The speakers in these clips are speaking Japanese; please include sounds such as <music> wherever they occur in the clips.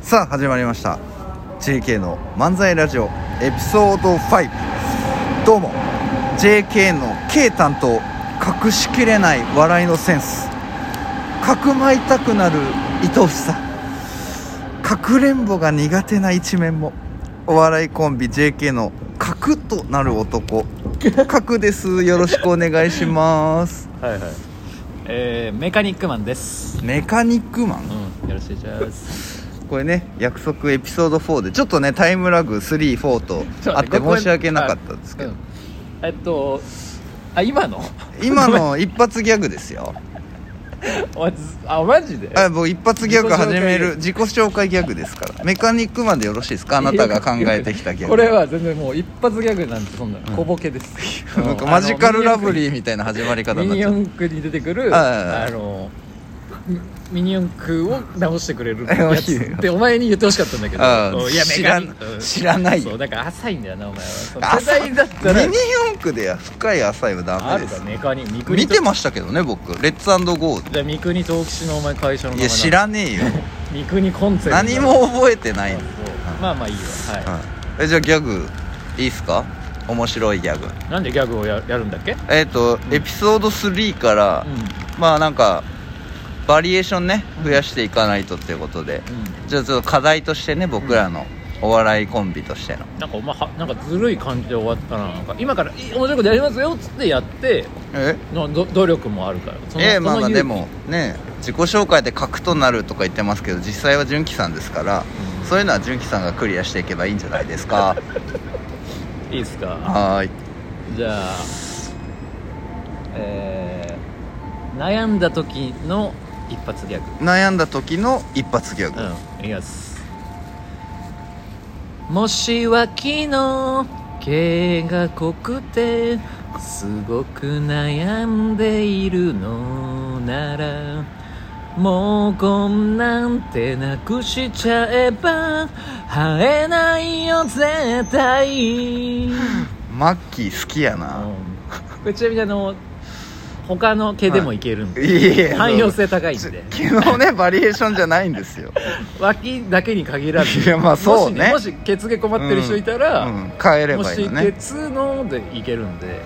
さあ始まりました JK の漫才ラジオエピソード5どうも JK の K 担当隠しきれない笑いのセンスかくまいたくなる愛しさかくれんぼが苦手な一面もお笑いコンビ JK の角となる男角ですよろしくお願いしますはいはいえー、メカニックマンですメカニックマンうんよろしくお願いしますこれね約束エピソード4でちょっとねタイムラグ34とあって申し訳なかったんですけど、えっとあ今の <laughs> 今の一発ギャグですよおずあマジであもう一発ギャグ始める自己紹介ギャグですからメカニックマンでよろしいですかあなたが考えてきたギャグこれは全然もう一発ギャグなんてそんなの小ボケです、あの <laughs> なんかマジカルラブリーミみたいな始まり方になっニちオゃうンクに出てくるあああのミミニオンクを直してくれる <laughs> あや惜しついよってお前に言ってほしかったんだけああどいや知らんメカニック知らないよそうだから浅いんだよなお前はそのあ世代だったミらニ四駆で深い浅いはダあメるでかすメカニック見てましたけどね僕レッツゴーじゃあ三国東吉のお前会社の名い前や知らねえよ三国コンセプト何も覚えてな、ないまあまあいいよはえじゃあギャグいいっすか面白いギャグいなんでギャグをややるんだっけえっ、と、エピソード3から、うまあなんかバリエーションね増やしていかないとっていうことで、んうんじゃあちょっと課題としてね僕らのお笑いコンビとしての、なんかお前はなんかずるい感じで終わったななんか今からい面白いことやりますよっつってやってえのど努力もあるからそのえそのまあまあ勇気でもね自己紹介で核となるとか言ってますけど実際は純喜さんですから、うんそういうのは純喜さんがクリアしていけばいいんじゃないですかいいっすかはーいじゃあえー、悩んだ時の一発ギャグ悩んだ時の一発ギャグ、うんいきますもし脇の毛が濃くてすごく悩んでいるのならもうこんなんてなくしちゃえば生えないよ絶対、マッキー好きやな、これちなみにあの他の毛でもいけるんで、いや汎用性高いんちで昨日ねバリエーションじゃないんですよ脇だけに限らずいやまあそうねもし,、もし血毛困ってる人いたら、うん、変えれもばいいしのね血のでいけるんで、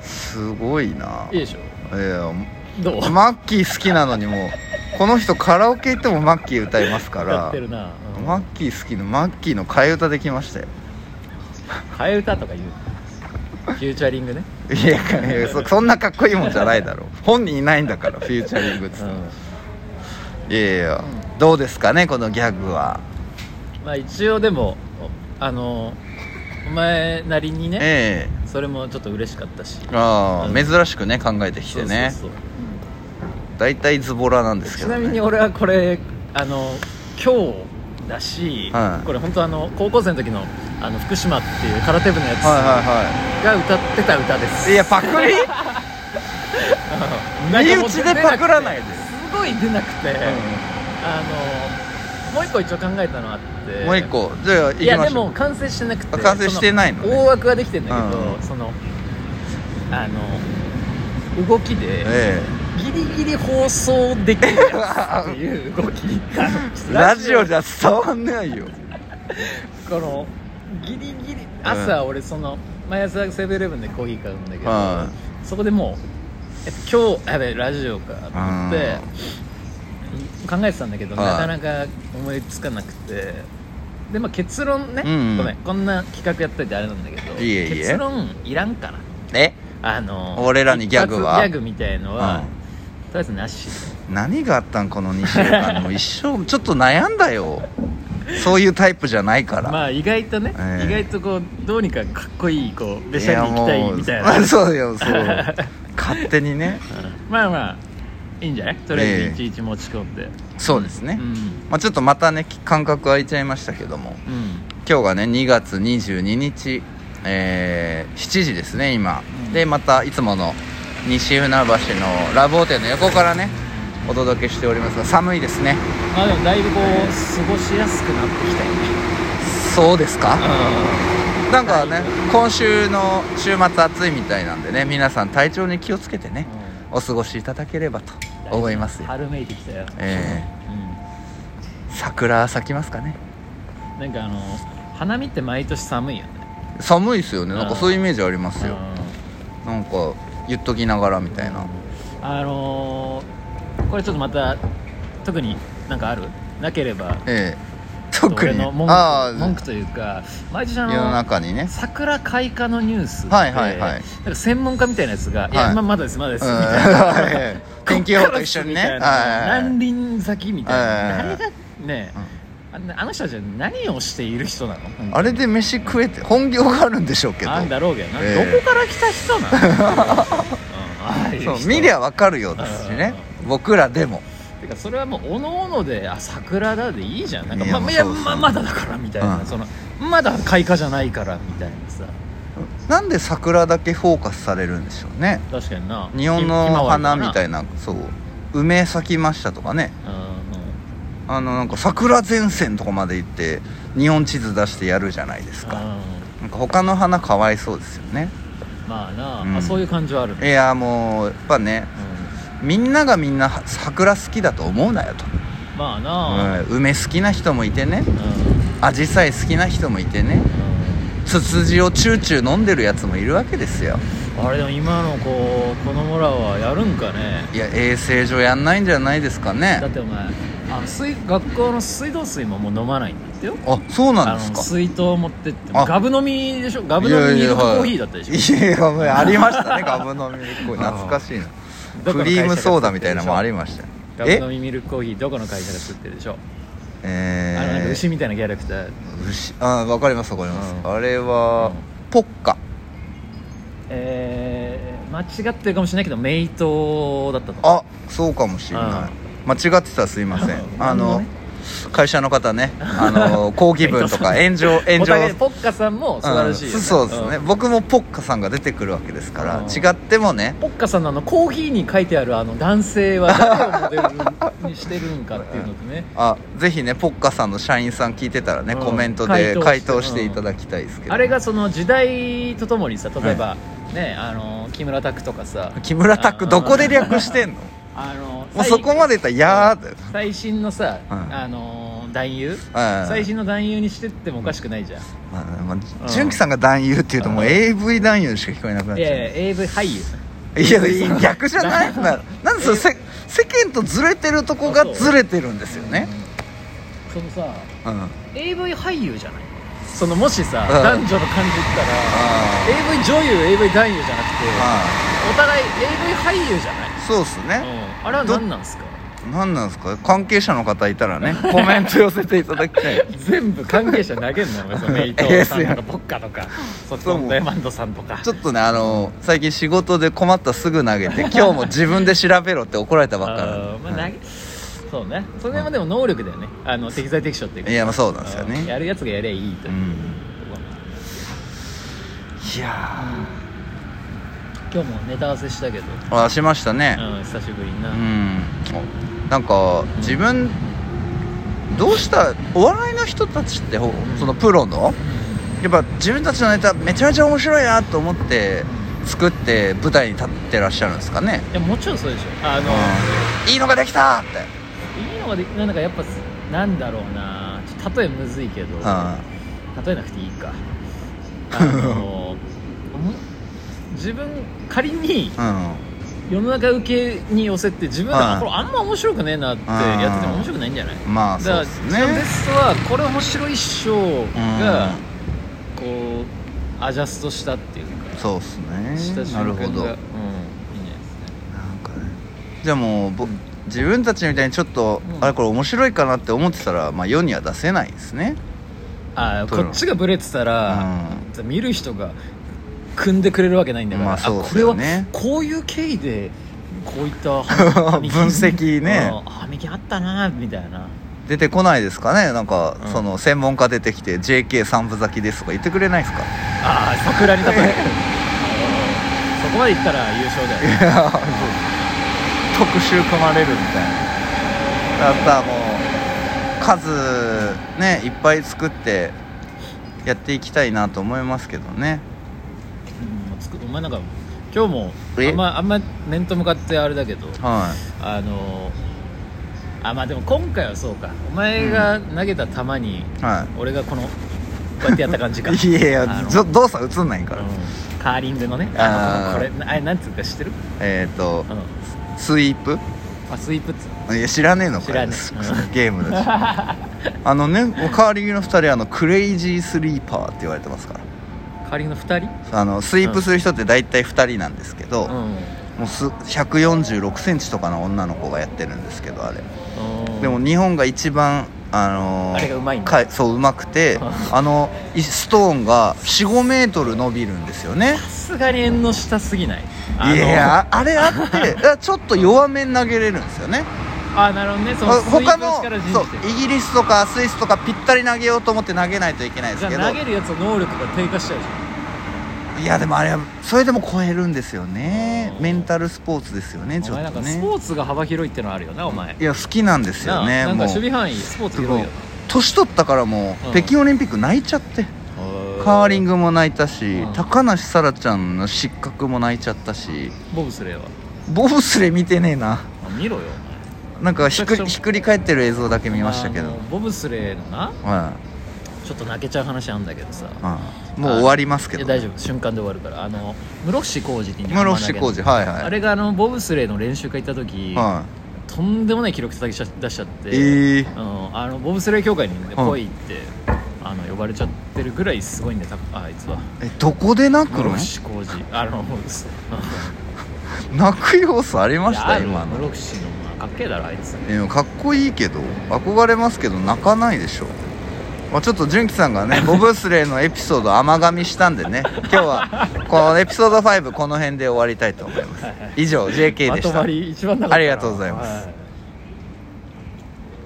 すごいなうんいいでしょいやどう、マッキー好きなのにもうこの人カラオケ行ってもマッキー歌いますか歌っらてるな、うんマッキー好きのマッキーの替え歌できましたよ替え歌とか言うフューチャリングね、いやいやそそんなかっこいいもんじゃないだろ <laughs> う本人いないんだからフューチャリングっつってうもんいやいやどうですかねこのギャグはまあ一応でもあのお前なりにねえそれもちょっと嬉しかったしえああうん珍しくね考えてきてねそうそう大体ズボラなんですけそうちど、ね、なみに俺はこれあの今日だし、はいこれ本当あの高校生の時のあの福島っていう空手部のやつはいはが歌ってた歌でいはすいいやパク <laughs> リ身内でパクらないですごい出なくて、あのもう一個一応考えたのあってもう一個じゃあ行いきやまでしょもう完成してなくてあ完成してないのねそ大枠はできてんだけど、うんそのあの動きでえギリギリ放送できるやつっていう動きあえ <laughs> のラジオじゃ伝わんないよこのギリギリ朝俺その、毎朝セブンイレブンでコーヒー買うんだけど、はそこでもうえ今日やべえラジオかと思って考えてたんだけど、はいなかなか思いつかなくてでまあ結論ね、うんうんごめんこんな企画やっといてあれなんだけどいえいえ結論いらんからえあの俺らにギャグは一発ギャグみたいのは、うんとりあえずなし何があったんこの2週間もう一生ちょっと悩んだよそういうタイプじゃないから、まあ意外とね、ええ意外とこうどうにかかっこいいこうべしゃりに行きたいみたいやもなうそうよそう <laughs> 勝手にねまあまあいいんじゃないとりあえええずいちいち持ち込んで、そうですね、うんまあ、ちょっとまたね感覚空いちゃいましたけどもうん今日がね2月22日、えー7時ですね今、うんでまたいつもの西船橋のラブホテルの横からねお届けしておりますが寒いですねまあでもだいぶこう過ごしやすくなってきたよねそうですか、うなんかね今週の週末暑いみたいなんでね皆さん体調に気をつけてねお過ごしいただければと思いますよ春めいてきたよ、えうんえ桜咲きますかねなんかあの花見って毎年寒いよね寒いっすよねなんかそういうイメージありますようんなんか言っときながらみたいなあのーこれちょっとまた特になんかあるなければええ特俺にの文ああ句文句というか毎年あ世のの中にね桜開花のニュースってはいはいはいなんか専門家みたいなやつが「いはやいままだですまだです」うみんた <laughs> いな天気予報と一緒にねこっからですみたいなはい何輪先みたいなはい何がねあんなあの人たちは何をしている人なのあれで飯食えて本業があるんでしょうけどなんだろうけどなええどこから来た人な <laughs> のそう見りゃわかるようですしね僕らでもてかそれはもうおのおので「あ桜だ」でいいじゃんなんかいやまもういやそうそうままだだからみたいな、うんそのまだ開花じゃないからみたいなさなんで桜だけフォーカスされるんでしょうね確かにな日本の花みたいいなそう梅咲きましたとかねな、うんあのなんか桜前線とかまで行って日本地図出してやるじゃないですかうなんか他の花かわいそうですよねんまあな、うんあそういう感じはあるねいやもうやっぱねみんながみんな桜好きだと思うなよと、うん、まあな、うん、梅好きな人もいてねうんうん紫陽花好きな人もいてねツツジをチューチュー飲んでるやつもいるわけですよあれでも今の子子供らはやるんかねいや衛生上やんないんじゃないですかだっねてお前あの水学校の水道水ももう飲まないんだってよあそうなんあですのか水筒持ってってあガブ飲みでしょガブい飲やみいにやコはいーヒーだったでしょいやもうありましたねガブ飲みコーヒー懐かしいなどこクの会リ社ーがムソーダみたいなのもあ作ってるりまでしょしたねガブえ飲みミルクコーヒーどこの会社が作ってるでしょう、えあのなんかー、牛みたいなキャラクター牛あわかりますわかります、うんあれは、ポッカえー、間違ってるかもしれないけどメイトだったとあそうかもしれないう間違ってたらすいませんあ何ものね会社の方ねあ <laughs> の抗議文とかメ炎上炎お互い上ポッカさんも素晴らしいよ、ねうんそうですね、ん僕もポッカさんが出てくるわけですから、うん違ってもねポッカさんのあのコーヒーに書いてあるあの男性は誰をモデルにしてるんかっていうのとねあぜひねポッカさんの社員さん聞いてたらね、うんコメントで回回答答ししてていただきたいですけど、あれがその時代とともにさ例えば、ねあの木村拓とかさ木村拓どこで略してんのあのもうそこまでいったら「やー」だよ最新のさ、うんあのー男優うん最新の男優にしてってもおかしくないじゃん、まあまうんあ、純喜さんが男優っていうともううん AV 男優しか聞こえなくなっいちゃうやいや AV 俳優いやいや逆じゃない <laughs> ななんでそれせ世間とずれてるとこがずれてるんですよねそのさうん AV 俳優じゃないそのもしさ、うん男女の感じ言ったらあ AV 女優 AV 男優じゃなくてあお互い AV 俳優じゃない、あそうっすねうん、あれは何なんすか何なんですか関係者の方いたらねコメント寄せていただきたい全部関係者投げんの <laughs> よそのメイトさんとかポッカとかそっちそうのダイマンドさんとかちょっとねあの最近仕事で困ったらすぐ投 <laughs> げて今日も自分で調べろって怒られたばっかあーなまんあで投げそうねそれはでも能力だよねあの適材適所っていうかいやまあそうなんですようんねやるやつがやりゃいいとういう、んいや今日もネタ合わせしたけど、ーあしましたねうん、久しぶりにな、うん、なんか自分どうしたお笑いの人たちってほそのプロのやっぱ自分たちのネタめちゃめちゃ面白いなと思って作って舞台に立ってらっしゃるんですかね、いやもちろんそうでしょあの、うんいいのができたって、いいのができなんかやっぱなんだろうなちょっと例えむずいけど、う例えなくていいかあの <laughs> うん自分仮にんうん、世の中受けに寄せて自分はいがあこれあんま面白くねえなってやってても面白くないんじゃないまあだそかうらです一番ベねストはこれ面白い賞がうんこうアジャストしたっていうかそうですしたねなる瞬間がほうんどいいなんかんじゃないですかねじゃあもうぼ自分たちみたいにちょっと、うんあれこれ面白いかなって思ってたら、まあ、世には出せないですねあー撮るこのっちがブレてたら、見る人が組んでくれるわけないんだから、まあそうですよねあこれはこういう経緯でこういった分 <laughs> 分析ねあみきあったなみたいな出てこないですかねなんか、うんその専門家出てきて JK 三分咲きですとか言ってくれないですかああ桜に例えて <laughs> そこまでいったら優勝だよねいや <laughs> そう特集組まれるみたいなだったらもう数ねいっぱい作ってやっていきたいなと思いますけどねうんつくお前なんか今日もあえんまあんま面と向かってあれだけどはあのあまあでも今回はそうかお前が投げた球に、は俺がこのこうやってやった感じかいいやいあやのちょ動作映んないんから、うんカーリングのねあーのこれなあれなんつうか知ってるえっ、とあのスイープあスイープっつういや知らねえのか知らねえ <laughs> ゲームだしあのねカーリングの2人あのクレイジースリーパーって言われてますからカーリングの2人あのスイープする人って大体2人なんですけど、もんうす146センチとかの女の子がやってるんですけどあれ、うんでも日本が一番あのーあれがうまいんだかそううまくてあのいストーンが45メートル伸びるんですよねさすがに縁の下すぎないあのいやああれあって <laughs> あちょっと弱めに投げれるんですよねあなるほどねそのあスイープ他力もからそう信じてるイギリスとかスイスとかぴったり投げようと思って投げないといけないでじすけどゃあ投げるやつの能力が低下しちゃうじいやでもあれはそれでも超えるんですよねうんメンタルスポーツですよねゃんちおょ前なっんとかねスポーツが幅広いってのはあるよなお前いや好きなんですよねなあなんもかう守備範囲スポーツ広いよ年取ったからもう、うん北京オリンピック泣いちゃってカーリングも泣いたし、うん高梨沙羅ちゃんの失格も泣いちゃったしボブスレーはボブスレー見てねえなあ見ろよなんかひっくちりょっとひっくり返ってる映像だけお前見ましたけあどのボブスレーのなはちょっと泣けちゃう話あんだけどさい、うん、もう終わりますけどいや大丈夫瞬間で終わるからあの室伏広治って室伏浩広治はいはいあれがあのボブスレーの練習会行った時、はとんでもない記録叩き出しちゃって、ええうんあのボブスレー協会にねん来いって、あの呼ばれちゃってるぐらいすごいんだよたあいつはいえどこで泣く室の伏広治あのす泣く要素ありましいやたある今わの室伏のまあかっけえだろあいついやかっこいいけど憧れますけど泣かないでしょまあちょっと純喜さん <laughs> がねボブスレーのエピソード甘噛みしたんでね今日はこのエピソード5この辺で終わりたいと思います以上 JK までしたとまり一番なかったなありがとうございますはい